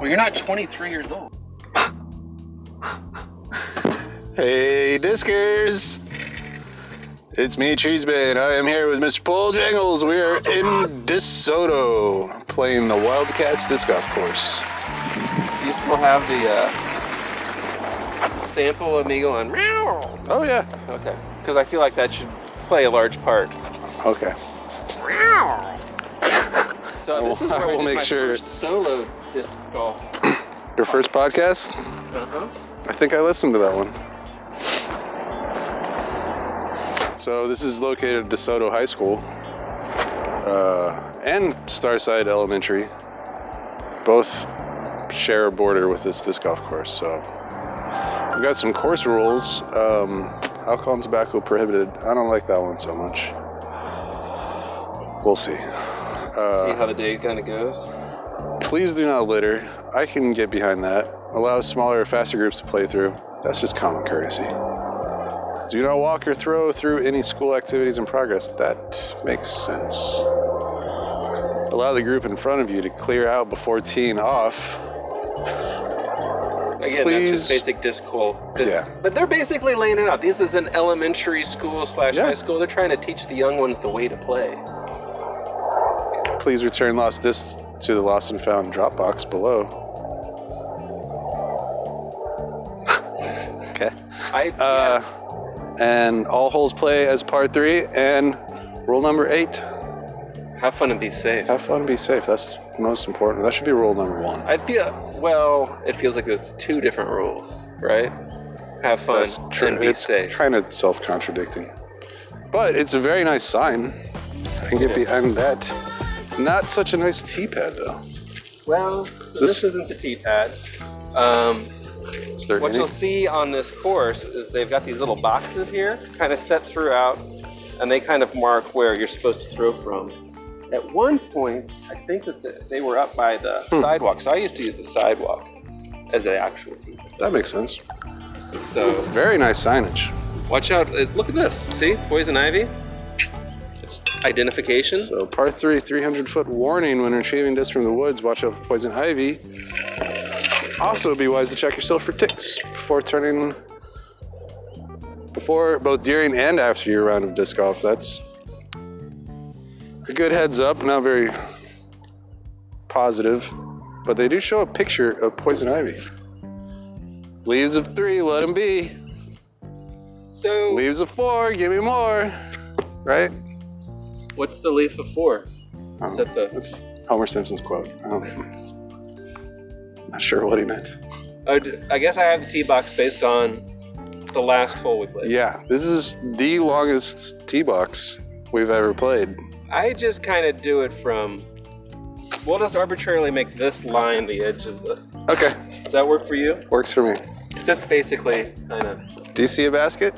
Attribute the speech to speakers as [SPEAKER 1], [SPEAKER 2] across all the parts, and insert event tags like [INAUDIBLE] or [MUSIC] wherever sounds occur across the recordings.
[SPEAKER 1] Well, you're not 23 years old.
[SPEAKER 2] Hey, Discers! It's me, Cheeseman. I am here with Mr. Paul Jangles. We are in DeSoto playing the Wildcats disc golf course.
[SPEAKER 3] Do you still have the uh, sample Amigo on? Meow.
[SPEAKER 2] Oh, yeah.
[SPEAKER 3] Okay, because I feel like that should play a large part.
[SPEAKER 2] Okay.
[SPEAKER 3] So this is
[SPEAKER 2] [LAUGHS] I
[SPEAKER 3] where I
[SPEAKER 2] will
[SPEAKER 3] did
[SPEAKER 2] make
[SPEAKER 3] my
[SPEAKER 2] sure-
[SPEAKER 3] first solo disc golf.
[SPEAKER 2] Your first podcast?
[SPEAKER 3] Uh-huh.
[SPEAKER 2] I think I listened to that one. So this is located at DeSoto High School uh, and Starside Elementary. Both share a border with this disc golf course. So we've got some course rules. Um, alcohol and tobacco prohibited. I don't like that one so much. We'll see. Uh,
[SPEAKER 3] See how the day kind of goes.
[SPEAKER 2] Please do not litter. I can get behind that. Allow smaller or faster groups to play through. That's just common courtesy. Do not walk or throw through any school activities in progress. That makes sense. Allow the group in front of you to clear out before teeing off.
[SPEAKER 3] Again, that's just
[SPEAKER 2] Please.
[SPEAKER 3] basic disc golf. Disc-
[SPEAKER 2] Yeah.
[SPEAKER 3] But they're basically laying it out. This is an elementary school slash
[SPEAKER 2] Yeah.
[SPEAKER 3] high school. They're trying to teach the young ones the way to play.
[SPEAKER 2] Please return lost discs to the lost and found drop box below. [LAUGHS] okay.
[SPEAKER 3] I
[SPEAKER 2] Uh, and all holes play as par three. And rule number eight
[SPEAKER 3] yeah, have fun and be safe.
[SPEAKER 2] Have fun, be safe. That's most important. That should be rule number one.
[SPEAKER 3] I feel well. It feels like there's two different rules, right? Have fun
[SPEAKER 2] That's true.
[SPEAKER 3] and be
[SPEAKER 2] it's
[SPEAKER 3] safe.
[SPEAKER 2] kind of self-contradicting, but it's a very nice sign. I can get behind that. Not such a nice teapad, though.
[SPEAKER 3] Well, this,
[SPEAKER 2] Is this-
[SPEAKER 3] isn't the tea pad. Um,
[SPEAKER 2] Is there
[SPEAKER 3] what
[SPEAKER 2] any?
[SPEAKER 3] you'll see on this course is they've got these little boxes here, kind of set throughout, and they kind of mark where you're supposed to throw from. At one point, I think that the, they were up by the
[SPEAKER 2] Hmm.
[SPEAKER 3] sidewalk, so I used to use the sidewalk as an actual tee.
[SPEAKER 2] That makes sense.
[SPEAKER 3] pad. So
[SPEAKER 2] Very nice signage.
[SPEAKER 3] watch out! Uh, Look at this. See, poison ivy. It's identification.
[SPEAKER 2] So par three, 300 foot warning when retrieving discs from the woods. Watch out for poison ivy. Also, be wise to check yourself for ticks before turning. Before both during and after your round of disc golf. That's a good heads up. Not very positive, but they do show a picture of poison ivy. Leaves of three, let them be.
[SPEAKER 3] So
[SPEAKER 2] Leaves of four, give me more. Right?
[SPEAKER 3] what's the leaf of four?
[SPEAKER 2] Um,
[SPEAKER 3] Is that the
[SPEAKER 2] That's Homer Simpson's quote. Um, not sure what he meant.
[SPEAKER 3] I d- I guess I have the tee box based on the last hole we played.
[SPEAKER 2] Yeah, this is the longest tee box we've ever played.
[SPEAKER 3] I just kind of do it from. We'll just arbitrarily make this line the edge of the.
[SPEAKER 2] Okay,
[SPEAKER 3] Does that work for you?
[SPEAKER 2] works for me.
[SPEAKER 3] 'Cause that's basically kind of.
[SPEAKER 2] Do you see a basket?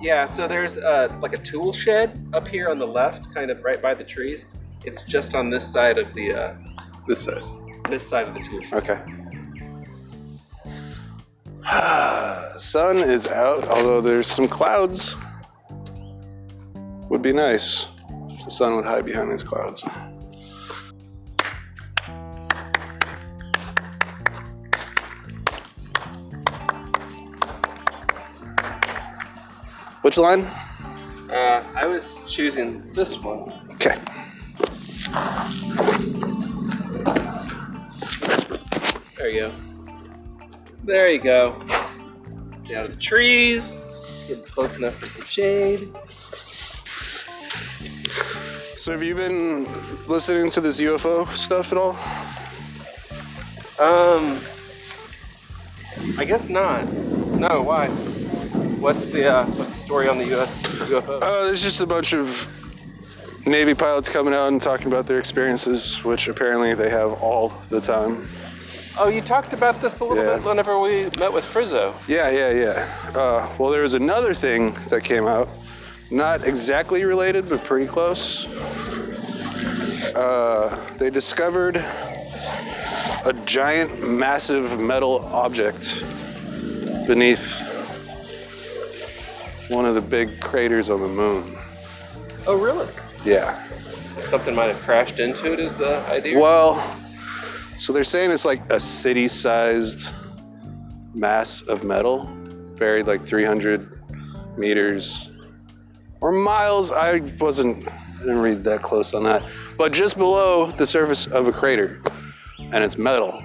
[SPEAKER 3] Yeah. So there's uh like a tool shed up here on the left, kind of right by the trees. It's just on this side of the uh,
[SPEAKER 2] This side.
[SPEAKER 3] this side of the tool shed.
[SPEAKER 2] Okay. [SIGHS] Sun is out, although there's some clouds. Would be nice. if The sun would hide behind these clouds. Which line?
[SPEAKER 3] Uh, I was choosing this one.
[SPEAKER 2] Okay.
[SPEAKER 3] There you go. There you go. Get out of the trees. Get close enough for some shade.
[SPEAKER 2] So have you been listening to this UFO stuff at all?
[SPEAKER 3] Um, I guess not. No, why? What's the uh, what's the story on the U.S. UFO?
[SPEAKER 2] Uh, there's just a bunch of Navy pilots coming out and talking about their experiences, which apparently they have all the time.
[SPEAKER 3] Oh, you talked about this a little
[SPEAKER 2] Yeah.
[SPEAKER 3] bit whenever we met with Frizzo.
[SPEAKER 2] Yeah, yeah, yeah. Uh, well, there was another thing that came out, not exactly related, but pretty close. Uh, they discovered a giant, massive metal object beneath one of the big craters on the moon.
[SPEAKER 3] Oh, really?
[SPEAKER 2] Yeah.
[SPEAKER 3] Something might have crashed into it. Is the idea?
[SPEAKER 2] Well, So they're saying it's like a city sized mass of metal buried like 300 meters or miles. I wasn't, I didn't read that close on that. But just below the surface of a crater. And it's metal.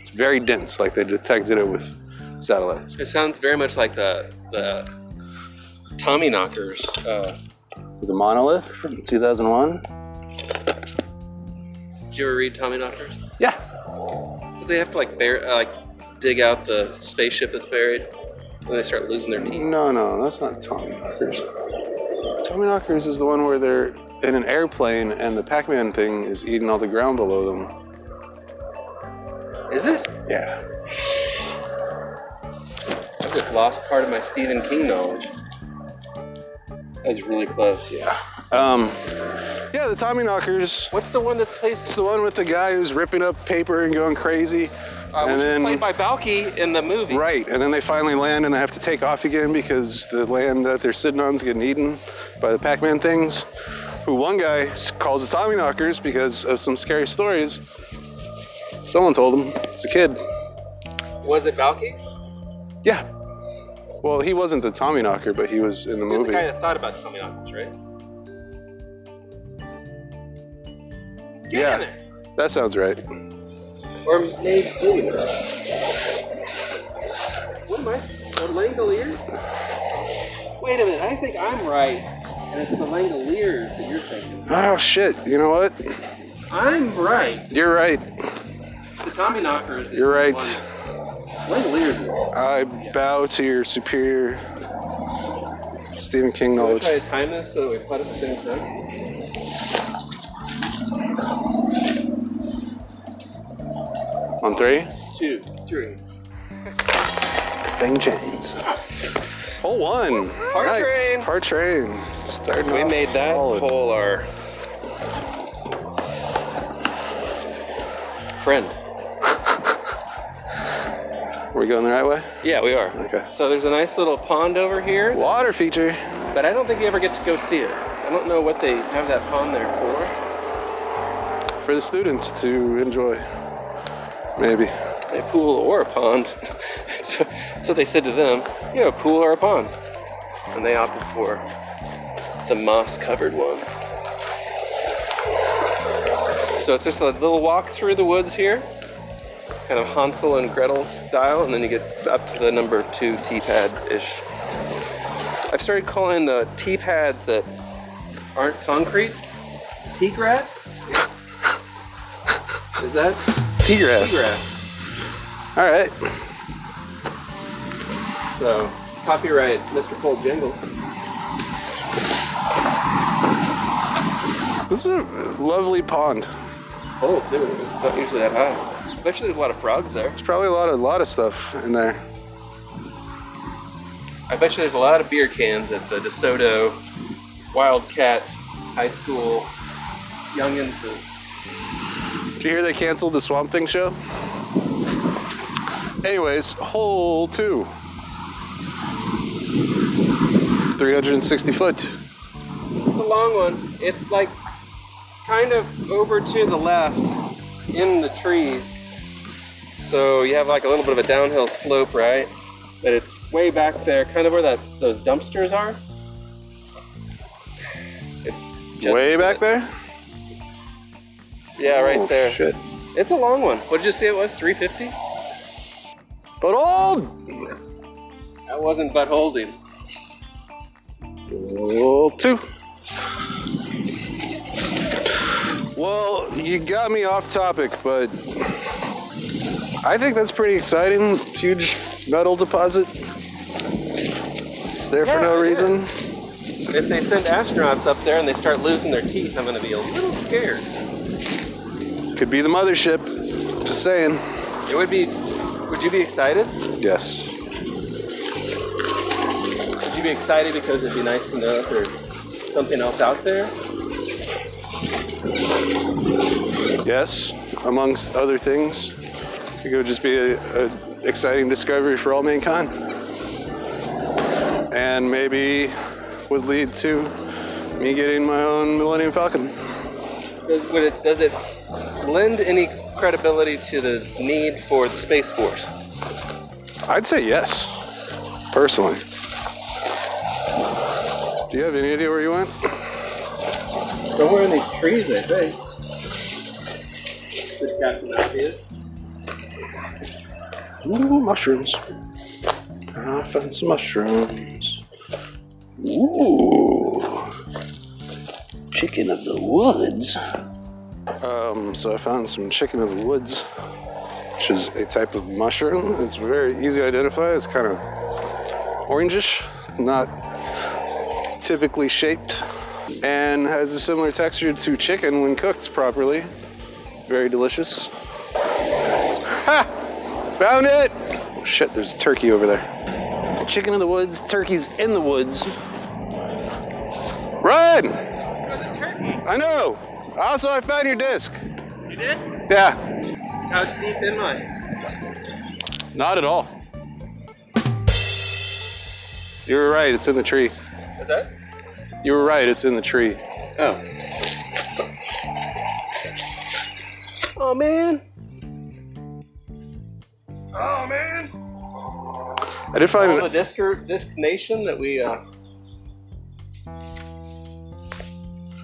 [SPEAKER 2] It's very dense, like they detected it with satellites.
[SPEAKER 3] It sounds very much like the the Tommy knockers. Uh,
[SPEAKER 2] The monolith from 2001?
[SPEAKER 3] did you ever read Tommy knockers?
[SPEAKER 2] Yeah.
[SPEAKER 3] Did they have to like bear, uh, like dig out the spaceship that's buried, and they start losing their teeth.
[SPEAKER 2] No, no, that's not Tommy Knockers. Tommy Knockers is the one where they're in an airplane and the Pac Man thing is eating all the ground below them.
[SPEAKER 3] Is this?
[SPEAKER 2] Yeah.
[SPEAKER 3] I've just lost part of my Stephen King knowledge. That's really close. Yeah.
[SPEAKER 2] Um, yeah, the Tommy Knockers.
[SPEAKER 3] What's the one that's placed?
[SPEAKER 2] It's the one with the guy who's ripping up paper and going crazy.
[SPEAKER 3] Uh, which is
[SPEAKER 2] and then-
[SPEAKER 3] played by Balky in the movie.
[SPEAKER 2] Right, and then they finally land and they have to take off again because the land that they're sitting on is getting eaten by the Pac Man things. Who one guy s- calls the Tommy Knockers because of some scary stories. Someone told him. It's a kid.
[SPEAKER 3] Was it Balky?
[SPEAKER 2] Yeah. Well, he wasn't the Tommy knocker, but he was in the
[SPEAKER 3] He was
[SPEAKER 2] movie.
[SPEAKER 3] the guy that thought about Tommy Knockers, right? Get
[SPEAKER 2] Yeah.
[SPEAKER 3] in there.
[SPEAKER 2] That sounds right.
[SPEAKER 3] Or maybe. What am I? A Langolier? Wait a minute, I think I'm right. And it's the Langoliers that you're thinking.
[SPEAKER 2] Oh shit! You know what?
[SPEAKER 3] I'm right.
[SPEAKER 2] You're right.
[SPEAKER 3] The Tommy Knockers. is
[SPEAKER 2] You're
[SPEAKER 3] the
[SPEAKER 2] right.
[SPEAKER 3] one- Langoliers. is-
[SPEAKER 2] I bow to your superior Stephen
[SPEAKER 3] Can
[SPEAKER 2] King
[SPEAKER 3] we
[SPEAKER 2] knowledge.
[SPEAKER 3] try to time this so we put it at the same time?
[SPEAKER 2] On three.
[SPEAKER 3] Two, three.
[SPEAKER 2] Bang chains. Hole one.
[SPEAKER 3] Par
[SPEAKER 2] nice.
[SPEAKER 3] train.
[SPEAKER 2] Par train. Starting
[SPEAKER 3] We
[SPEAKER 2] off
[SPEAKER 3] made that
[SPEAKER 2] solid.
[SPEAKER 3] hole our friend.
[SPEAKER 2] We're going the right way.
[SPEAKER 3] Yeah, we are.
[SPEAKER 2] Okay.
[SPEAKER 3] So there's a nice little pond over here,
[SPEAKER 2] Water feature.
[SPEAKER 3] but I don't think you ever get to go see it. I don't know what they have that pond there for.
[SPEAKER 2] for the students to enjoy. Maybe.
[SPEAKER 3] A pool or a pond. [LAUGHS] so, so they said to them, you know, a pool or a pond. And they opted for the moss covered one. So it's just a little walk through the woods here, kind of Hansel and Gretel style, and then you get up to the number two tea pad ish. I've started calling the tea pads that aren't concrete tea grass. Is that
[SPEAKER 2] Tea grass.
[SPEAKER 3] tea grass?
[SPEAKER 2] All right.
[SPEAKER 3] So, copyright Mr. Cole Jingle.
[SPEAKER 2] This is a lovely pond.
[SPEAKER 3] It's full too. It's not usually that high. Bet you there's a lot of frogs there.
[SPEAKER 2] There's probably a lot of lot of stuff in there.
[SPEAKER 3] I bet you there's a lot of beer cans at the DeSoto Wildcat High School Youngins. that-
[SPEAKER 2] Did you hear they canceled the Swamp Thing show? Anyways, hole two. 360 foot.
[SPEAKER 3] It's a long one. It's like kind of over to the left in the trees. So you have like a little bit of a downhill slope, right? But it's way back there, kind of where that those dumpsters are. It's just
[SPEAKER 2] Way back there?
[SPEAKER 3] Yeah, right
[SPEAKER 2] Oh,
[SPEAKER 3] there.
[SPEAKER 2] Shit.
[SPEAKER 3] It's a long one. What did you say it was? 350?
[SPEAKER 2] But old!
[SPEAKER 3] That wasn't but holding.
[SPEAKER 2] Hole two. Well, you got me off topic, but I think that's pretty exciting. Huge metal deposit. It's there for
[SPEAKER 3] Yeah,
[SPEAKER 2] no
[SPEAKER 3] it is.
[SPEAKER 2] reason.
[SPEAKER 3] If they send astronauts up there and they start losing their teeth, I'm going to be a little scared.
[SPEAKER 2] Could be the mothership. Just saying.
[SPEAKER 3] It would be. Would you be excited?
[SPEAKER 2] Yes.
[SPEAKER 3] Would you be excited because it'd be nice to know if there's something else out there?
[SPEAKER 2] Yes, amongst other things. It would just be a, a exciting discovery for all mankind. And maybe would lead to me getting my own Millennium Falcon.
[SPEAKER 3] Does, would it, does it lend any credibility to the need for the Space Force?
[SPEAKER 2] I'd say yes, personally. Do you have any idea where you went?
[SPEAKER 3] Somewhere in these trees, I think. Good Captain Obvious.
[SPEAKER 2] Ooh, mushrooms. I found some mushrooms. Ooh.
[SPEAKER 1] Chicken of the woods.
[SPEAKER 2] Um, so I found some chicken of the woods, which is a type of mushroom. It's very easy to identify. It's kind of orangish, not typically shaped, and has a similar texture to chicken when cooked properly. Very delicious. Ha! Found it! Oh, shit, there's a turkey over there.
[SPEAKER 1] Chicken of the woods. Turkeys in the woods.
[SPEAKER 2] Run!
[SPEAKER 3] Oh,
[SPEAKER 2] I know! Also, I found your disc.
[SPEAKER 3] You did?
[SPEAKER 2] Yeah,
[SPEAKER 3] How deep in mine?
[SPEAKER 2] not at all. You were right, it's in the tree.
[SPEAKER 3] Is that?
[SPEAKER 2] You were right, it's in the tree.
[SPEAKER 3] Oh. Oh man. Oh man.
[SPEAKER 2] I did find
[SPEAKER 3] All the
[SPEAKER 2] an,
[SPEAKER 3] disc disc nation that we uh.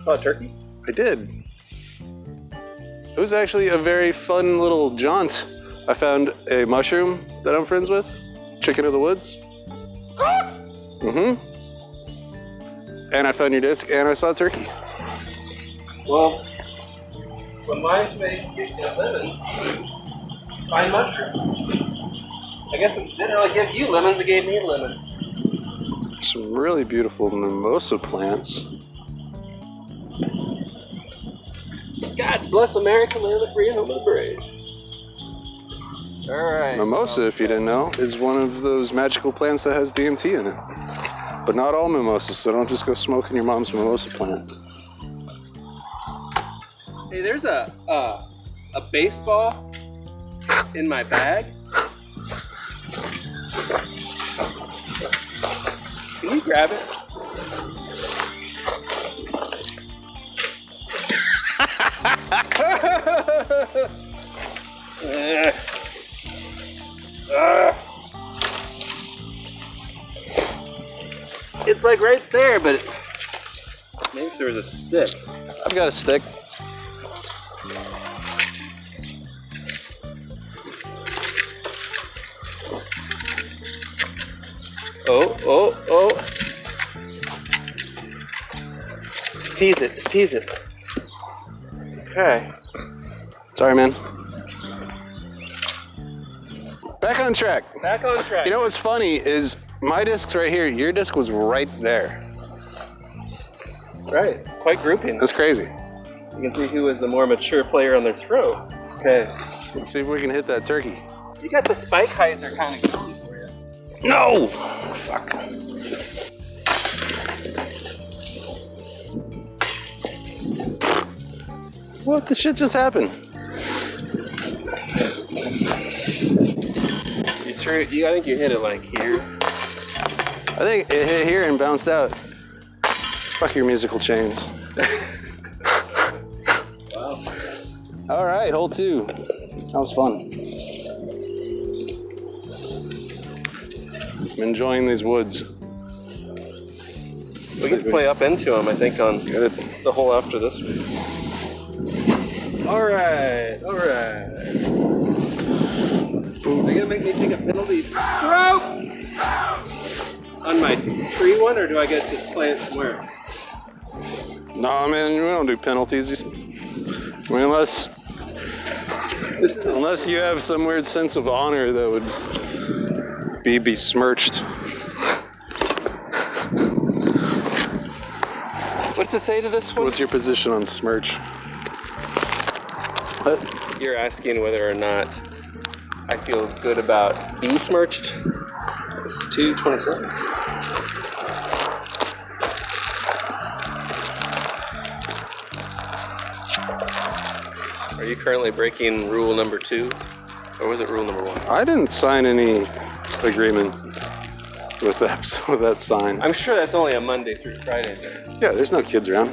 [SPEAKER 3] Oh, turkey.
[SPEAKER 2] I did. It was actually a very fun little jaunt. I found a mushroom that I'm friends with, chicken of the woods. Mm-hmm. And I found your disc, and I saw a turkey.
[SPEAKER 3] Well, when mine made fifty lemon, fine mushroom. I guess it didn't really give you lemons; it gave me a lemon.
[SPEAKER 2] some really beautiful mimosa plants.
[SPEAKER 3] God bless America, land the free and home of the brave. All right.
[SPEAKER 2] Mimosa, if you didn't know, is one of those magical plants that has DMT in it. But not all mimosas, so don't just go smoking your mom's mimosa plant.
[SPEAKER 3] Hey, there's a uh, a baseball in my bag. Can you grab it? [LAUGHS] Ugh. Ugh. It's like right there, but it, maybe if there was a stick.
[SPEAKER 1] I've got a stick.
[SPEAKER 3] Oh, oh, oh. Just tease it, just tease it. Okay.
[SPEAKER 2] Sorry, man. Back on track.
[SPEAKER 3] Back on track.
[SPEAKER 2] You know what's funny is my disc's right here, your disc was right there.
[SPEAKER 3] right. Quite grouping.
[SPEAKER 2] That's crazy.
[SPEAKER 3] You can see who is the more mature player on their throw. Okay.
[SPEAKER 2] Let's see if we can hit that turkey.
[SPEAKER 3] You got the spike hyzer kind of going for you.
[SPEAKER 1] No!
[SPEAKER 2] What the shit just happened?
[SPEAKER 3] You threw you I think you hit it like here.
[SPEAKER 2] I think it hit here and bounced out. Fuck your musical chains.
[SPEAKER 3] Wow.
[SPEAKER 2] All right, hole two. That was fun. I'm enjoying these woods.
[SPEAKER 3] We get to play up into him, I think, on
[SPEAKER 2] Good.
[SPEAKER 3] the hole after this one. Alright, alright. Are you gonna make me take a penalty stroke on my tree one, or do I get to play it somewhere?
[SPEAKER 2] No, man, we don't do penalties. I mean, unless
[SPEAKER 3] This is
[SPEAKER 2] unless you have some weird sense of honor that would be besmirched.
[SPEAKER 3] what's it say to this one?
[SPEAKER 2] What's your position on smirch? Uh,
[SPEAKER 3] You're asking whether or not I feel good about being smirched. This is 227. Are you currently breaking rule number two? Or was it rule number one?
[SPEAKER 2] I didn't sign any agreement with that [LAUGHS] with that sign.
[SPEAKER 3] I'm sure that's only a Monday through Friday thing.
[SPEAKER 2] Yeah, there's no kids around.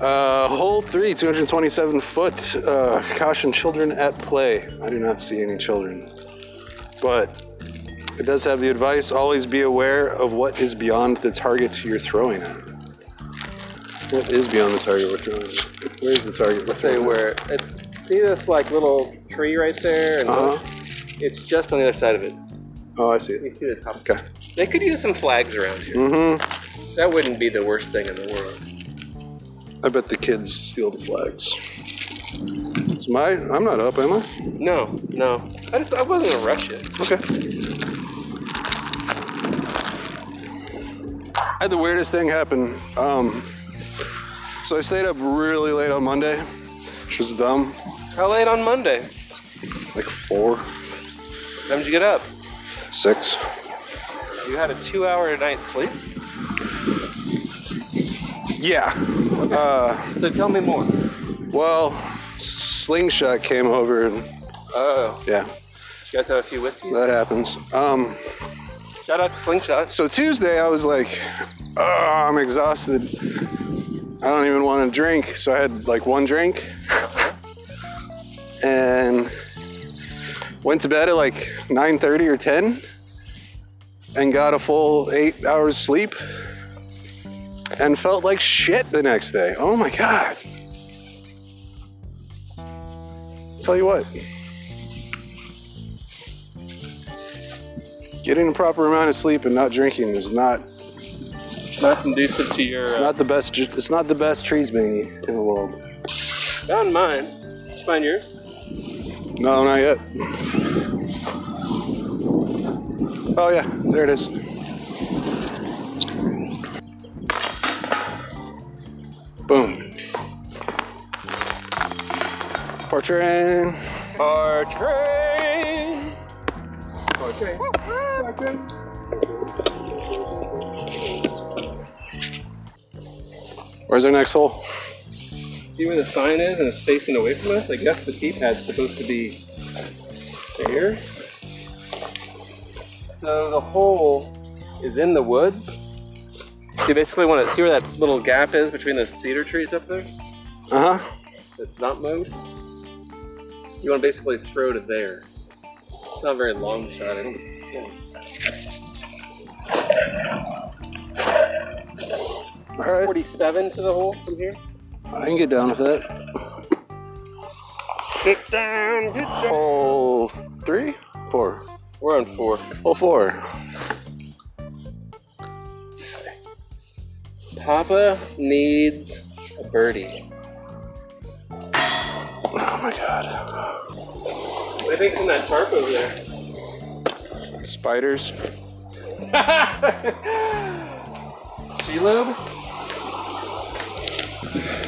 [SPEAKER 2] Uh, hole three, 227 foot. Uh, caution children at play. I do not see any children. But it does have the advice always be aware of what is beyond the target you're throwing at. What is beyond the target we're throwing at? Where's the target we're
[SPEAKER 3] Say
[SPEAKER 2] throwing at?
[SPEAKER 3] where it's see this like little tree right there, and
[SPEAKER 2] Uh-huh.
[SPEAKER 3] it's just on the other side of it.
[SPEAKER 2] Oh, I see it.
[SPEAKER 3] You see the top.
[SPEAKER 2] Okay.
[SPEAKER 3] They could use some flags around here.
[SPEAKER 2] Mm-hmm.
[SPEAKER 3] That wouldn't be the worst thing in the world.
[SPEAKER 2] I bet the kids steal the flags. It's my, I'm not up, am I?
[SPEAKER 3] No, no. I just I wasn't gonna rush it.
[SPEAKER 2] Okay. I had the weirdest thing happen. Um, so I stayed up really late on Monday, which was dumb,
[SPEAKER 3] How late on Monday?
[SPEAKER 2] like four,
[SPEAKER 3] What time did you get up?
[SPEAKER 2] six.
[SPEAKER 3] You had a two-hour night's sleep.
[SPEAKER 2] Yeah. Uh,
[SPEAKER 3] So tell me more.
[SPEAKER 2] well, Slingshot came over, and
[SPEAKER 3] Oh,
[SPEAKER 2] yeah,
[SPEAKER 3] you guys have a few whiskeys.
[SPEAKER 2] that happens. Um,
[SPEAKER 3] Shout out to Slingshot.
[SPEAKER 2] so Tuesday I was like, oh, I'm exhausted. I don't even want to drink. So I had like one drink and went to bed at like 9:30 or 10 and got a full 8 hours sleep and felt like shit the next day. Oh my god. Tell you what. Getting a proper amount of sleep and not drinking is not
[SPEAKER 3] Not conducive to your.
[SPEAKER 2] It's
[SPEAKER 3] uh,
[SPEAKER 2] not the best. It's not the best trees being in the world.
[SPEAKER 3] Found mine. uh, Did you find yours?
[SPEAKER 2] No, not yet. Oh yeah, there it is. Boom. Portrain.
[SPEAKER 3] Portray. Portray.
[SPEAKER 2] Where's our next hole?
[SPEAKER 3] See where the sign is and it's facing away from us? I guess the keypad's supposed to be there. So the hole is in the woods. You basically want to see where that little gap is between those cedar trees up there
[SPEAKER 2] Uh huh.
[SPEAKER 3] that's not mowed? You want to basically throw to there. It's not a very long shot. I don't
[SPEAKER 2] All right.
[SPEAKER 3] 47 to the hole from here?
[SPEAKER 2] I can get down with that.
[SPEAKER 3] Get down, get down.
[SPEAKER 2] Hole three, four,
[SPEAKER 3] We're on four.
[SPEAKER 2] hole four.
[SPEAKER 3] Papa needs a birdie.
[SPEAKER 2] Oh my god.
[SPEAKER 3] I think it's in that tarp over
[SPEAKER 2] [LAUGHS]
[SPEAKER 3] there.
[SPEAKER 2] Spiders. [LAUGHS]
[SPEAKER 3] G-Lube?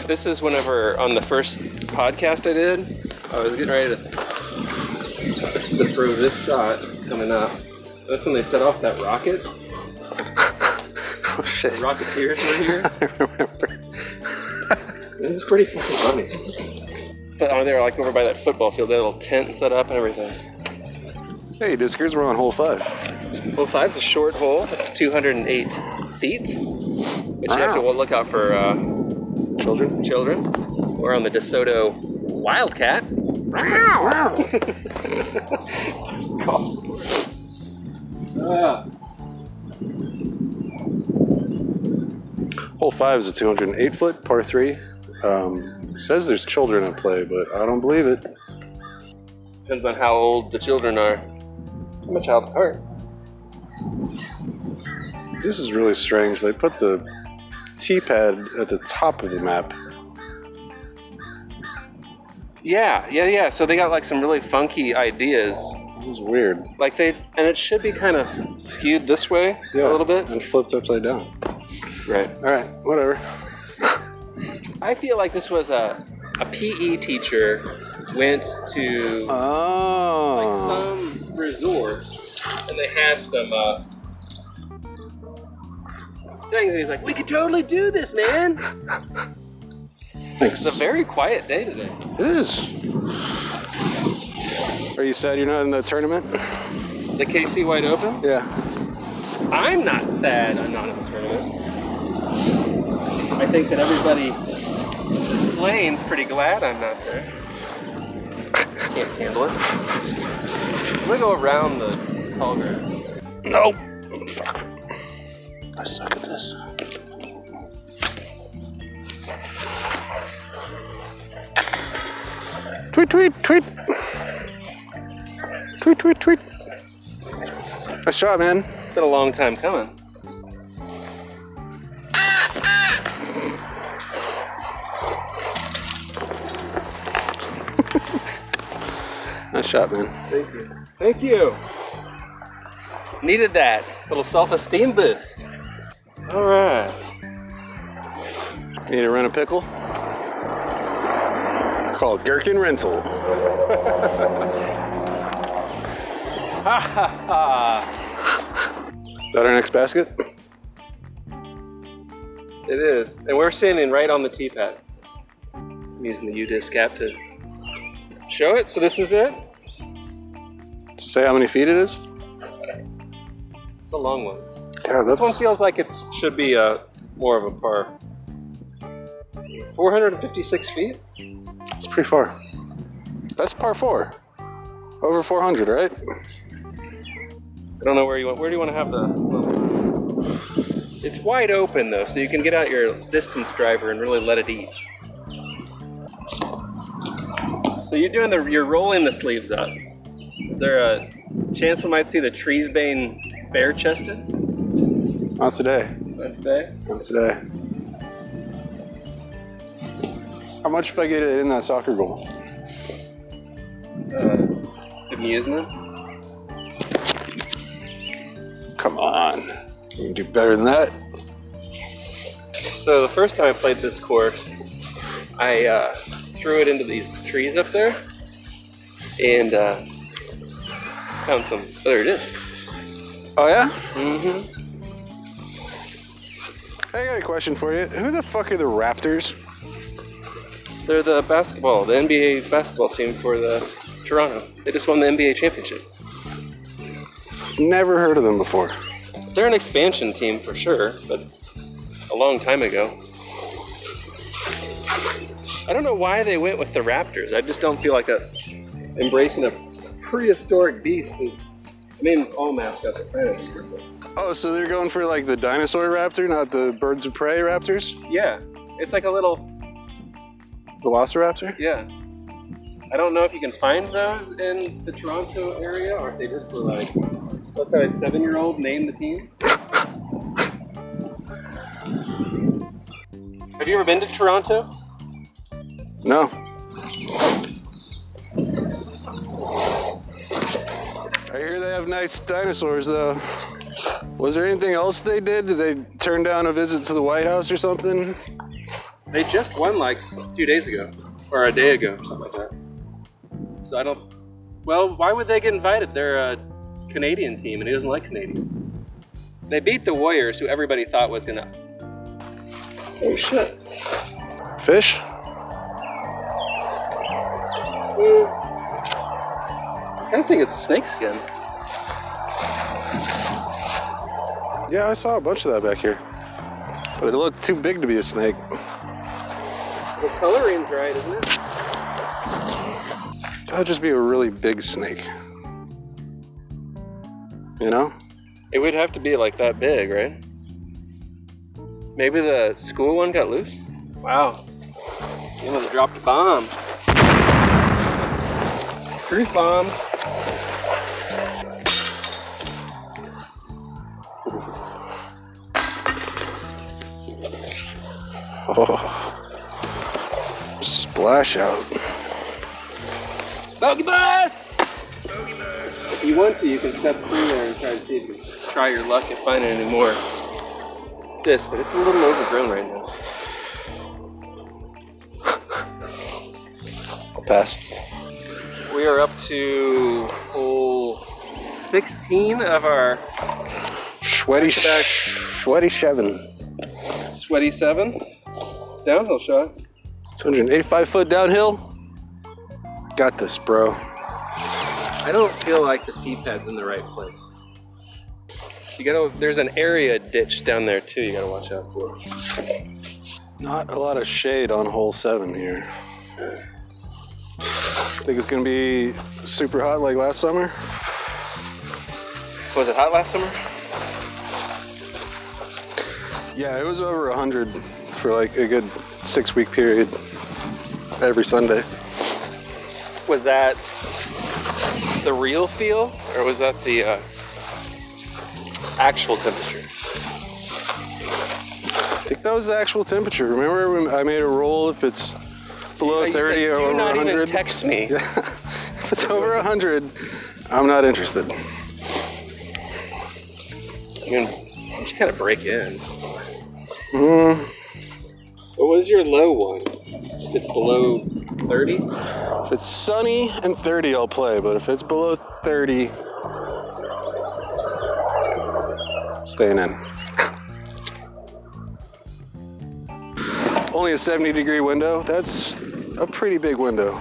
[SPEAKER 3] This is whenever on the first podcast I did, I was getting ready to, to throw this shot coming up. That's when they set off that rocket.
[SPEAKER 2] oh [LAUGHS]
[SPEAKER 3] The
[SPEAKER 2] shit.
[SPEAKER 3] Rocketeers were here.
[SPEAKER 2] [LAUGHS] I remember.
[SPEAKER 3] This is pretty fucking funny. But oh, they were like over by that football field, that little tent set up and everything.
[SPEAKER 2] Hey, Diskers, we're on hole five.
[SPEAKER 3] Hole five's a short hole. It's 208 feet, which you have to
[SPEAKER 2] Wow.
[SPEAKER 3] look out for uh,
[SPEAKER 2] Children?
[SPEAKER 3] children. We're on the DeSoto [LAUGHS] Wildcat. Ah,
[SPEAKER 2] Hole five is a 208 foot par three. Um, it says there's children at play, but I don't believe it.
[SPEAKER 3] depends on how old the children are. I'm a child at heart.
[SPEAKER 2] This is really strange. They put the tee pad at the top of the map.
[SPEAKER 3] Yeah, yeah, yeah. So they got like some really funky ideas.
[SPEAKER 2] It was weird.
[SPEAKER 3] Like they, and it should be kind of skewed this way a little bit.
[SPEAKER 2] And flipped upside down.
[SPEAKER 3] Right.
[SPEAKER 2] All right, whatever.
[SPEAKER 3] I feel like this was a, a PE teacher went to like
[SPEAKER 2] Oh.
[SPEAKER 3] some resort, and they had some uh, things. And he's like, "We could totally do this, man."
[SPEAKER 2] Thanks.
[SPEAKER 3] It's a very quiet day today.
[SPEAKER 2] It is. Are you sad you're not in the tournament?
[SPEAKER 3] The KC Wide Open.
[SPEAKER 2] Yeah.
[SPEAKER 3] I'm not sad. I'm not in the tournament. I think that everybody Lane's pretty glad I'm not there. Can't handle it. I'm gonna go around the tall grass.
[SPEAKER 1] No. Fuck. I suck at this.
[SPEAKER 2] Tweet, tweet, tweet. Tweet, tweet, tweet. Nice shot, man.
[SPEAKER 3] It's been a long time coming.
[SPEAKER 2] Nice shot, man.
[SPEAKER 3] Thank you. Thank you. Needed that little self-esteem boost. All right. [LAUGHS]
[SPEAKER 2] Need to rent a pickle? Called Gherkin Rental.
[SPEAKER 3] Ha ha ha.
[SPEAKER 2] Is that our next basket?
[SPEAKER 3] It is, and we're standing right on the tee pad. I'm using the U-disc app to show it. So this is it.
[SPEAKER 2] Does it say how many feet it is?
[SPEAKER 3] It's a long one.
[SPEAKER 2] Yeah,
[SPEAKER 3] This one feels like it should be a, more of a par. 456 feet?
[SPEAKER 2] that's pretty far. That's par four. Over 400, right?
[SPEAKER 3] I don't know where you want. Where do you want to have the? It's wide open though, so you can get out your distance driver and really let it eat. So you're doing the. You're rolling the sleeves up. Is there a chance we might see the Treesbane bare-chested
[SPEAKER 2] Not today.
[SPEAKER 3] today?
[SPEAKER 2] Not today. How much if I get it in that soccer goal?
[SPEAKER 3] Uh, amusement.
[SPEAKER 2] Come on. You can do better than that.
[SPEAKER 3] So the first time I played this course, I uh, threw it into these trees up there, and uh, found some other discs.
[SPEAKER 2] Oh, yeah?
[SPEAKER 3] Mm-hmm.
[SPEAKER 2] I got a question for you. Who the fuck are the Raptors?
[SPEAKER 3] They're the basketball, the NBA basketball team for the Toronto. They just won the NBA championship.
[SPEAKER 2] Never heard of them before.
[SPEAKER 3] They're an expansion team for sure, but a long time ago. I don't know why they went with the Raptors. I just don't feel like a embracing a prehistoric beast. Is, I mean, all mascots are predators.
[SPEAKER 2] Oh, so they're going for like the dinosaur raptor, not the birds of prey raptors?
[SPEAKER 3] Yeah, it's like a little
[SPEAKER 2] Velociraptor?
[SPEAKER 3] yeah. I don't know if you can find those in the Toronto area or if they just were like, let's have a seven-year-old name the team. Have you ever been to Toronto?
[SPEAKER 2] No. I hear they have nice dinosaurs, though. Was there anything else they did? Did they turn down a visit to the White House or something?
[SPEAKER 3] They just won like two days ago, or a day ago, something like that. So I don't. Well, why would they get invited? They're a Canadian team, and he doesn't like Canadians. They beat the Warriors, who everybody thought was gonna. Oh shit!
[SPEAKER 2] Fish?
[SPEAKER 3] I kind of think it's snakeskin.
[SPEAKER 2] Yeah, I saw a bunch of that back here. But it looked too big to be a snake.
[SPEAKER 3] The coloring's right, isn't it?
[SPEAKER 2] That'd just be a really big snake. You know?
[SPEAKER 3] It would have to be like that big, right? Maybe the school one got loose. Wow! You must have dropped a bomb. Truth bomb.
[SPEAKER 2] Oh. Splash out.
[SPEAKER 3] Bogey bus! If you want to, you can step through there and try to see if you can try your luck at finding any more. This, but it's a little overgrown right now.
[SPEAKER 2] I'll pass.
[SPEAKER 3] We are up to hole 16 of our
[SPEAKER 2] Sweaty,
[SPEAKER 3] Back.
[SPEAKER 2] sweaty Chevin.
[SPEAKER 3] sweaty seven downhill shot.
[SPEAKER 2] 285 foot downhill. Got this, bro.
[SPEAKER 3] I don't feel like the tee pad's in the right place. You gotta. There's an area ditch down there too. You gotta watch out for.
[SPEAKER 2] Not a lot of shade on hole seven here. Think it's gonna be super hot like last summer?
[SPEAKER 3] Was it hot last summer?
[SPEAKER 2] Yeah, it was over 100 for like a good six week period every Sunday.
[SPEAKER 3] Was that the real feel, or was that the uh, actual temperature?
[SPEAKER 2] I think that was the actual temperature. Remember when I made a roll if it's below
[SPEAKER 3] Yeah, Uh, you
[SPEAKER 2] 30
[SPEAKER 3] said,
[SPEAKER 2] or
[SPEAKER 3] Do
[SPEAKER 2] over
[SPEAKER 3] not
[SPEAKER 2] 100?
[SPEAKER 3] even text me.
[SPEAKER 2] [LAUGHS] Yeah. if it's over 100, I'm not interested.
[SPEAKER 3] I mean, you just kind of break in.
[SPEAKER 2] Mm,
[SPEAKER 3] What was your low one? It's below 30?
[SPEAKER 2] If it's sunny and 30, I'll play, but if it's below 30, staying in. Only a 70 degree window? That's a pretty big window.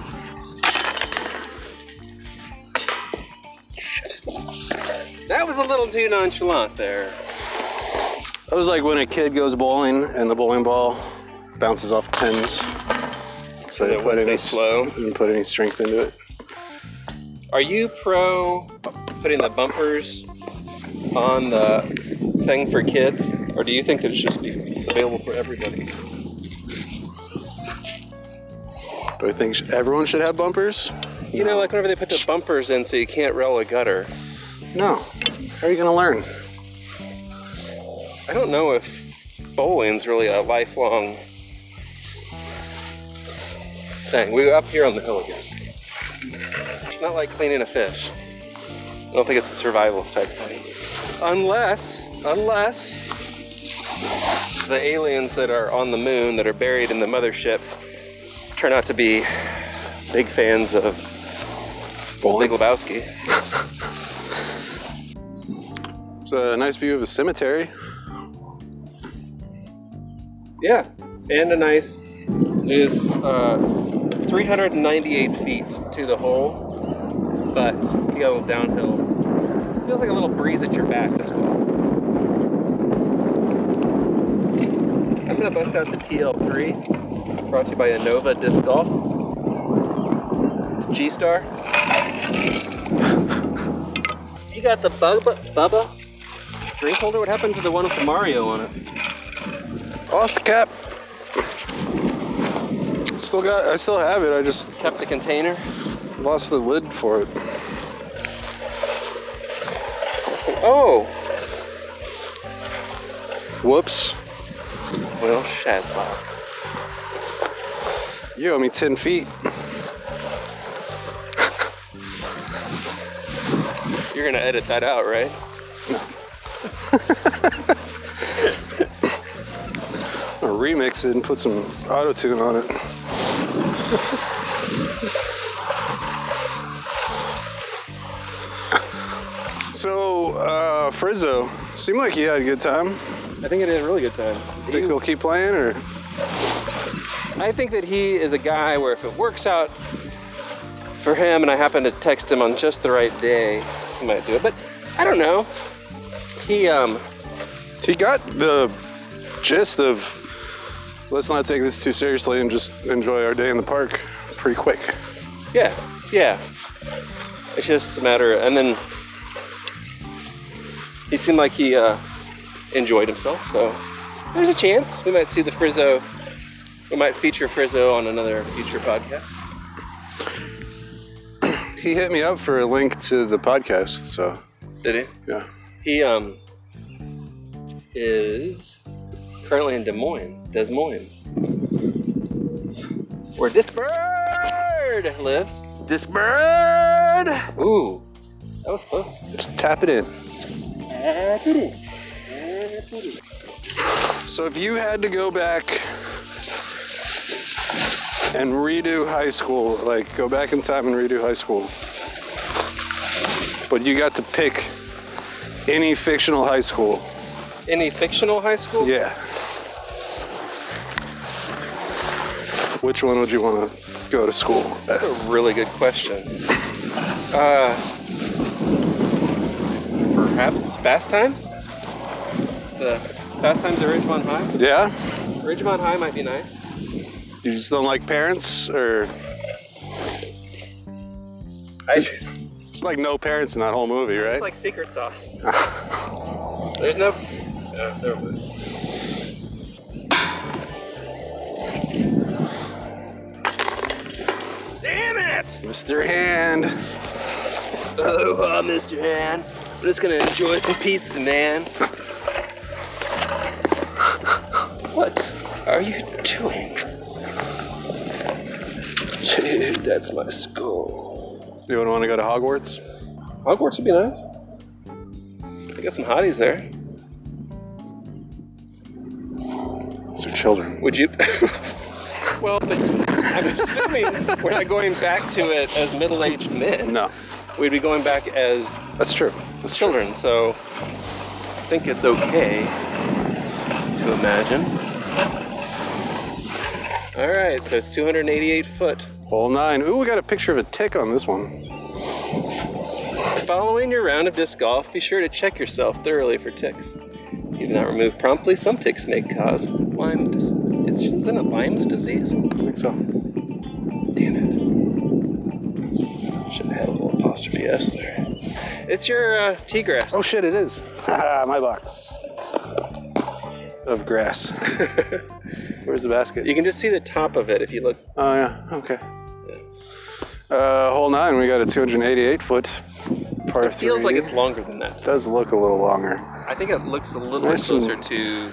[SPEAKER 3] That was a little too nonchalant there.
[SPEAKER 2] That was like when a kid goes bowling and the bowling ball bounces off the pins. So they
[SPEAKER 3] it
[SPEAKER 2] put
[SPEAKER 3] wouldn't
[SPEAKER 2] any
[SPEAKER 3] stay slow?
[SPEAKER 2] and put any strength into it.
[SPEAKER 3] Are you pro putting the bumpers on the thing for kids, or do you think that it should just be available for everybody?
[SPEAKER 2] Do I think sh- everyone should have bumpers?
[SPEAKER 3] You know, like whenever they put the bumpers in so you can't roll a gutter.
[SPEAKER 2] No. How are you gonna learn?
[SPEAKER 3] I don't know if bowling's really a lifelong thing. We were up here on the hill again. It's not like cleaning a fish. I don't think it's a survival type thing. Unless, unless the aliens that are on the moon that are buried in the mothership turn out to be big fans of Big
[SPEAKER 2] Bowling.
[SPEAKER 3] Lebowski.
[SPEAKER 2] It's a nice view of a cemetery.
[SPEAKER 3] Yeah, and a nice. It is uh, 398 feet to the hole, but you got a little downhill. Feels like a little breeze at your back as well. I'm gonna bust out the TL3. It's brought to you by Innova Disc Golf. It's G Star. You got the Bubba, Bubba drink holder? What happened to the one with the Mario on it?
[SPEAKER 2] Lost the cap. Still got. I still have it. I just
[SPEAKER 3] kept the container.
[SPEAKER 2] lost the lid for it.
[SPEAKER 3] Oh,
[SPEAKER 2] Whoops.
[SPEAKER 3] well, Shazbot.
[SPEAKER 2] You owe me ten feet.
[SPEAKER 3] You're gonna edit that out, right?
[SPEAKER 2] I'm gonna remix it and put some auto tune on it. so uh, Frizzo seemed like he had a good time.
[SPEAKER 3] I think it is a really good time.
[SPEAKER 2] Think he'll keep playing, or
[SPEAKER 3] I think that he is a guy where if it works out for him, and I happen to text him on just the right day, he might do it. But I don't know. He um,
[SPEAKER 2] he got the gist of let's not take this too seriously and just enjoy our day in the park pretty quick.
[SPEAKER 3] Yeah, yeah. It's just a matter, and then he seemed like he uh, enjoyed himself. So there's a chance we might see the Frizzo. We might feature Frizzo on another future podcast.
[SPEAKER 2] He hit me up for a link to the podcast, so
[SPEAKER 3] Did
[SPEAKER 2] yeah.
[SPEAKER 3] he? He um is currently in Des Moines, Des Moines, where this bird lives. This bird. Ooh, that was close.
[SPEAKER 2] Just tap it in. So if you had to go back and redo high school, like go back in time and redo high school, but you got to pick any fictional high school,
[SPEAKER 3] Any fictional high school?
[SPEAKER 2] yeah. Which one would you want to go to school? at?
[SPEAKER 3] That's a really good question. Uh, perhaps Fast Times? the pastimes at Ridgemont High.
[SPEAKER 2] Yeah?
[SPEAKER 3] Ridgemont High might be nice.
[SPEAKER 2] You just don't like parents, or
[SPEAKER 3] I,
[SPEAKER 2] it's like no parents in that whole movie, right?
[SPEAKER 4] It's like secret sauce.
[SPEAKER 3] there's no. Uh, never mind.
[SPEAKER 4] Damn it!
[SPEAKER 2] Mr. Hand.
[SPEAKER 4] Oh, uh, Mr. Han. I'm just gonna enjoy some pizza, man.
[SPEAKER 3] What are you doing? Dude, that's my school.
[SPEAKER 2] You would want to go to Hogwarts?
[SPEAKER 3] Hogwarts would be nice. They got some hotties there.
[SPEAKER 2] It's your children.
[SPEAKER 3] Would you? [LAUGHS] well, but I'm assuming we're not going back to it as middle-aged men.
[SPEAKER 2] No,
[SPEAKER 3] We'd be going back as
[SPEAKER 2] that's true. That's true.
[SPEAKER 3] children, so I think it's okay to imagine. All right, so it's 288 foot.
[SPEAKER 2] Whole nine. Ooh, we got a picture of a tick on this one.
[SPEAKER 3] Following your round of disc golf, be sure to check yourself thoroughly for ticks. If you do not remove promptly, some ticks may cause Lyme dis- It's isn't it Lyme's disease?
[SPEAKER 2] I think so.
[SPEAKER 3] Damn it. Shouldn't have had a little apostrophe S there. It's your uh, tea [LAUGHS] grass.
[SPEAKER 2] Oh shit, it is. [LAUGHS] Haha, My box of grass. Where's the basket?
[SPEAKER 3] You can just see the top of it if you look.
[SPEAKER 2] Oh yeah. Okay. Uh, hole nine. We got a 288 foot par
[SPEAKER 3] It feels like
[SPEAKER 2] three.
[SPEAKER 3] it's longer than that.
[SPEAKER 2] Does look a little longer.
[SPEAKER 3] I think it looks a little
[SPEAKER 2] Nice
[SPEAKER 3] closer to.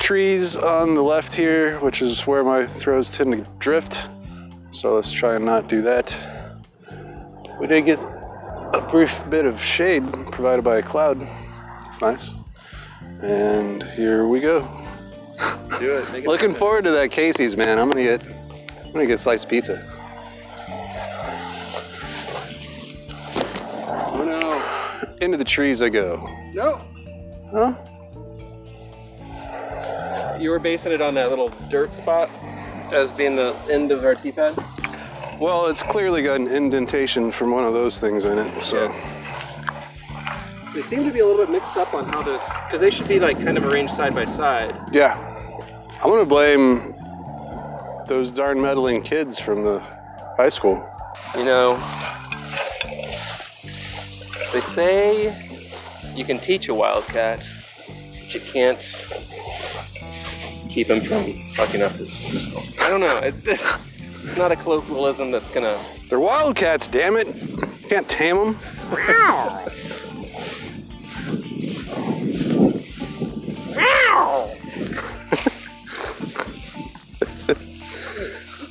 [SPEAKER 2] Trees on the left here, which is where my throws tend to drift. So let's try and not do that. We did get a brief bit of shade provided by a cloud. It's nice. And here we go.
[SPEAKER 3] Do it. Make
[SPEAKER 2] Looking forward to that Casey's, man. I'm gonna get, I'm gonna get sliced pizza.
[SPEAKER 3] Oh, no.
[SPEAKER 2] Into the trees I go.
[SPEAKER 3] No.
[SPEAKER 2] Huh?
[SPEAKER 3] You were basing it on that little dirt spot as being the end of our tee pad.
[SPEAKER 2] Well, it's clearly got an indentation from one of those things in it. So
[SPEAKER 3] They seem to be a little bit mixed up on how those, because they should be like kind of arranged side by side.
[SPEAKER 2] yeah, I'm gonna blame those darn meddling kids from the high school.
[SPEAKER 3] You know, they say you can teach a wildcat, but you can't keep him from fucking up his. his I don't know. It, it's not a colloquialism that's gonna.
[SPEAKER 2] They're wildcats, damn it! Can't tame them.
[SPEAKER 3] [LAUGHS]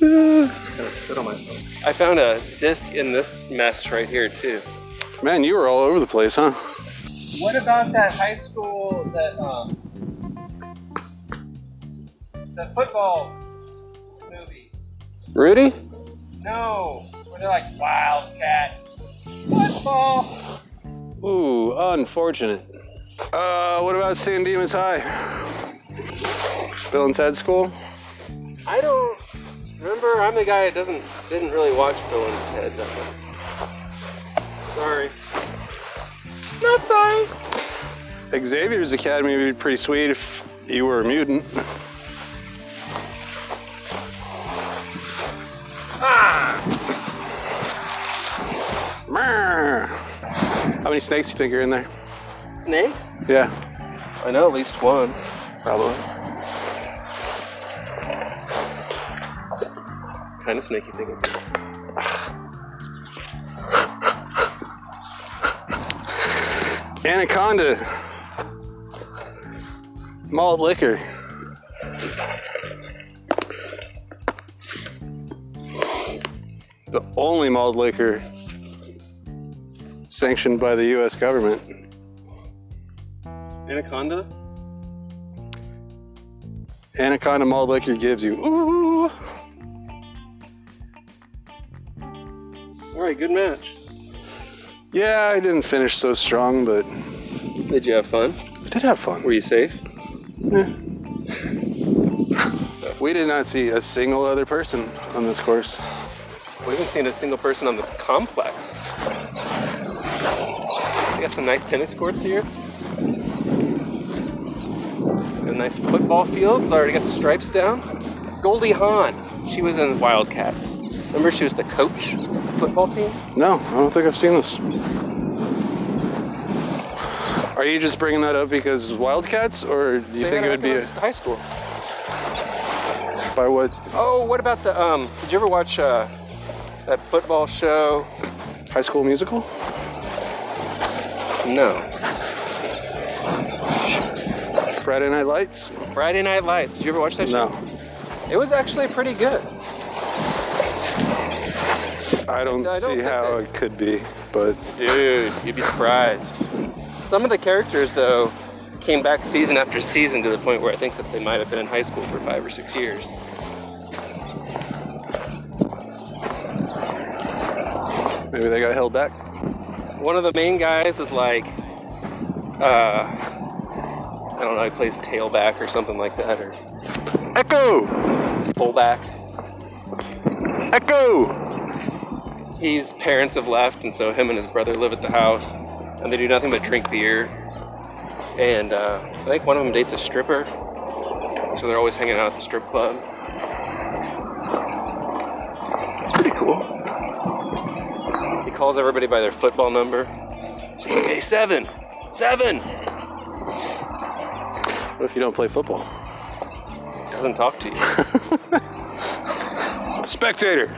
[SPEAKER 3] gonna spit on myself. I found a disc in this mess right here too.
[SPEAKER 2] Man, you were all over the place, huh?
[SPEAKER 4] What about that high school that um the football movie?
[SPEAKER 2] Rudy?
[SPEAKER 4] No, where they're like wildcat football.
[SPEAKER 2] Ooh, unfortunate. Uh, what about San Dimas High? Bill and Ted School?
[SPEAKER 3] I don't remember. I'm the guy that doesn't didn't really watch Bill and Ted. that much. Sorry. Not sorry.
[SPEAKER 2] Xavier's Academy would be pretty sweet if you were a mutant.
[SPEAKER 3] Ah.
[SPEAKER 2] Brr. How many snakes do you think are in there?
[SPEAKER 3] Snake?
[SPEAKER 2] Yeah,
[SPEAKER 3] I know at least one.
[SPEAKER 2] probably.
[SPEAKER 3] Kind of snaky thinking.
[SPEAKER 2] Anaconda. Malt liquor. The only malt liquor sanctioned by the US government.
[SPEAKER 3] Anaconda?
[SPEAKER 2] Anaconda malt liquor gives you. Ooh.
[SPEAKER 3] All right, good match.
[SPEAKER 2] Yeah, I didn't finish so strong, but
[SPEAKER 3] Did you have fun?
[SPEAKER 2] I did have fun.
[SPEAKER 3] Were you safe?
[SPEAKER 2] [LAUGHS] We did not see a single other person on this course.
[SPEAKER 3] We haven't seen a single person on this complex. They got some nice tennis courts here. a nice football field. It's already got the stripes down. Goldie Hawn, she was in the Wildcats. Remember, she was the coach of the football team.
[SPEAKER 2] No, I don't think I've seen this. Are you just bringing that up because Wildcats, or do you
[SPEAKER 3] They
[SPEAKER 2] think
[SPEAKER 3] had
[SPEAKER 2] it would be
[SPEAKER 3] in high school?
[SPEAKER 2] by what
[SPEAKER 3] Oh, what about the um? Did you ever watch uh, that football show?
[SPEAKER 2] high school musical?
[SPEAKER 3] No,
[SPEAKER 2] Friday Night Lights?
[SPEAKER 3] Friday Night Lights. Did you ever watch that
[SPEAKER 2] No,
[SPEAKER 3] show? It was actually pretty good.
[SPEAKER 2] I don't
[SPEAKER 3] I don't
[SPEAKER 2] see
[SPEAKER 3] think
[SPEAKER 2] how
[SPEAKER 3] they-
[SPEAKER 2] it could be, but
[SPEAKER 3] Dude, you'd be surprised. Some of the characters, though, came back season after season to the point where I think that they might have been in high school for five or six years.
[SPEAKER 2] maybe they got held back.
[SPEAKER 3] One of the main guys is like, uh, I don't know, he plays tailback or something like that, or
[SPEAKER 2] Echo!
[SPEAKER 3] fullback.
[SPEAKER 2] Echo!
[SPEAKER 3] His parents have left, and so him and his brother live at the house, and they do nothing but drink beer. And uh, I think one of them dates a stripper, so they're always hanging out at the strip club.
[SPEAKER 4] It's pretty cool.
[SPEAKER 3] He calls everybody by their football number.
[SPEAKER 4] She's like, hey, seven, seven.
[SPEAKER 2] What if you don't play football?
[SPEAKER 3] Doesn't talk to you.
[SPEAKER 2] [LAUGHS] Spectator!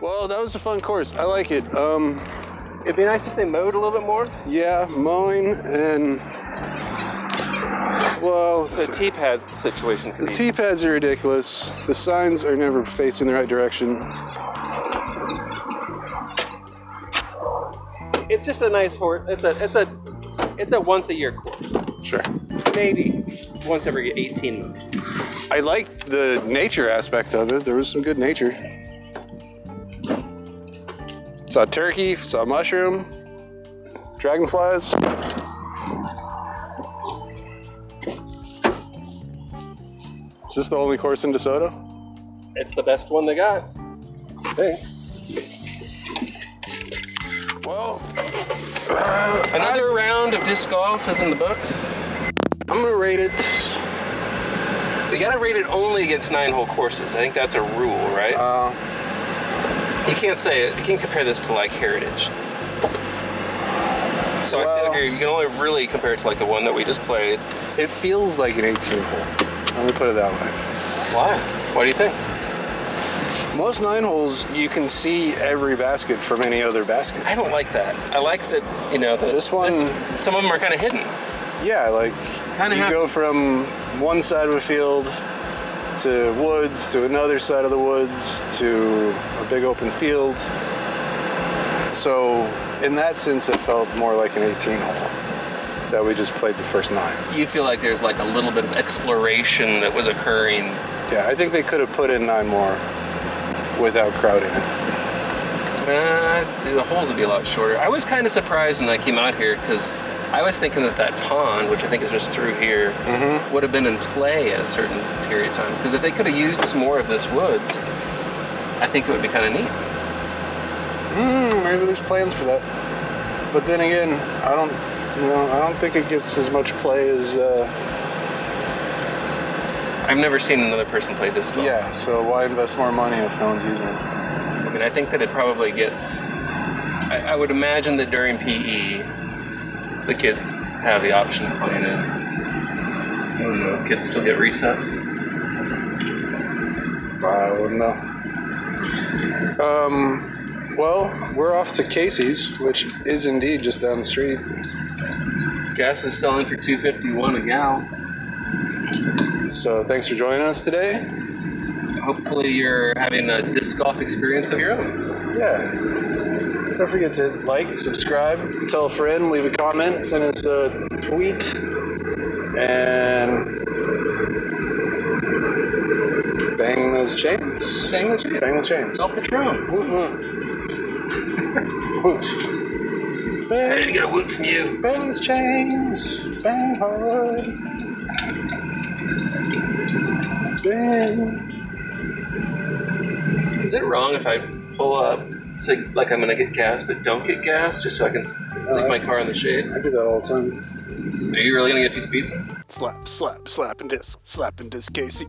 [SPEAKER 2] well, that was a fun course. I like it. Um,
[SPEAKER 3] It'd be nice if they mowed a little bit more.
[SPEAKER 2] yeah, mowing and. Well,
[SPEAKER 3] The tee pad situation could
[SPEAKER 2] The
[SPEAKER 3] be.
[SPEAKER 2] T pads are ridiculous. The signs are never facing the right direction.
[SPEAKER 3] it's just a nice horse. It's a it's a it's a once a year course.
[SPEAKER 2] Sure.
[SPEAKER 3] Maybe once every 18 months.
[SPEAKER 2] I liked the nature aspect of it. There was some good nature. Saw turkey, saw mushroom, dragonflies. Is this the only course in DeSoto?
[SPEAKER 3] It's the best one they got. I think.
[SPEAKER 2] [SIGHS] Well,
[SPEAKER 3] Another round of disc golf is in the books.
[SPEAKER 2] I'm gonna rate it.
[SPEAKER 3] You gotta rate it only against nine hole courses. I think that's a rule, right?
[SPEAKER 2] Uh,
[SPEAKER 3] you can't say it. You can't compare this to like Heritage. So I
[SPEAKER 2] Well-
[SPEAKER 3] feel like you can only really compare it to like the one that we just played.
[SPEAKER 2] it feels like an 18 hole. Let me put it that way.
[SPEAKER 3] Why? What do you think?
[SPEAKER 2] Most nine holes, you can see every basket from any other basket.
[SPEAKER 3] I don't like that. I like that, you know, that
[SPEAKER 2] This one-
[SPEAKER 3] some of them are kind of hidden.
[SPEAKER 2] Yeah, like
[SPEAKER 3] Kinda
[SPEAKER 2] you
[SPEAKER 3] have-
[SPEAKER 2] go from one side of a field to woods to another side of the woods to a big open field. So, in that sense, it felt more like an 18 hole that we just played the first nine.
[SPEAKER 3] You feel like there's like a little bit of exploration that was occurring.
[SPEAKER 2] Yeah, I think they could have put in nine more without crowding it.
[SPEAKER 3] Uh, the holes would be a lot shorter. I was kind of surprised when I came out here because I was thinking that that pond, which I think is just through here,
[SPEAKER 2] Mm-hmm.
[SPEAKER 3] would have been in play at a certain period of time. Because if they could have used some more of this woods, I think it would be kind of neat.
[SPEAKER 2] Mm, maybe there's plans for that. But then again, I don't no, I don't think it gets as much play as uh,
[SPEAKER 3] I've never seen another person play this golf.
[SPEAKER 2] yeah. So why invest more money if no one's using it?
[SPEAKER 3] I mean, I think that it probably gets. I, I would imagine that during PE, the kids have the option of playing it. I don't know. Kids still get recess.
[SPEAKER 2] I wouldn't know. Um, well, we're off to Casey's, which is indeed just down the street.
[SPEAKER 3] Gas is selling for two fifty one a gallon.
[SPEAKER 2] So thanks for joining us today.
[SPEAKER 3] Hopefully, you're having a disc golf experience of your own.
[SPEAKER 2] Yeah. Don't forget to like, subscribe, tell a friend, leave a comment, send us a tweet, and bang those chains.
[SPEAKER 3] Bang Oh. the chains.
[SPEAKER 2] Bang those chains.
[SPEAKER 3] Self the drum.
[SPEAKER 2] Woot woot. Woot.
[SPEAKER 4] I
[SPEAKER 2] Bang,
[SPEAKER 4] didn't get a woot from you.
[SPEAKER 2] bang those chains. Bang hard. Bang.
[SPEAKER 3] Is it wrong if I pull up It's like, like I'm gonna get gas, but don't get gas, just so I can s- leave my car in the shade.
[SPEAKER 5] I do that all the time.
[SPEAKER 3] Are you really gonna get a piece of pizza?
[SPEAKER 5] Slap, slap, slap and disc, slap and disc, Casey.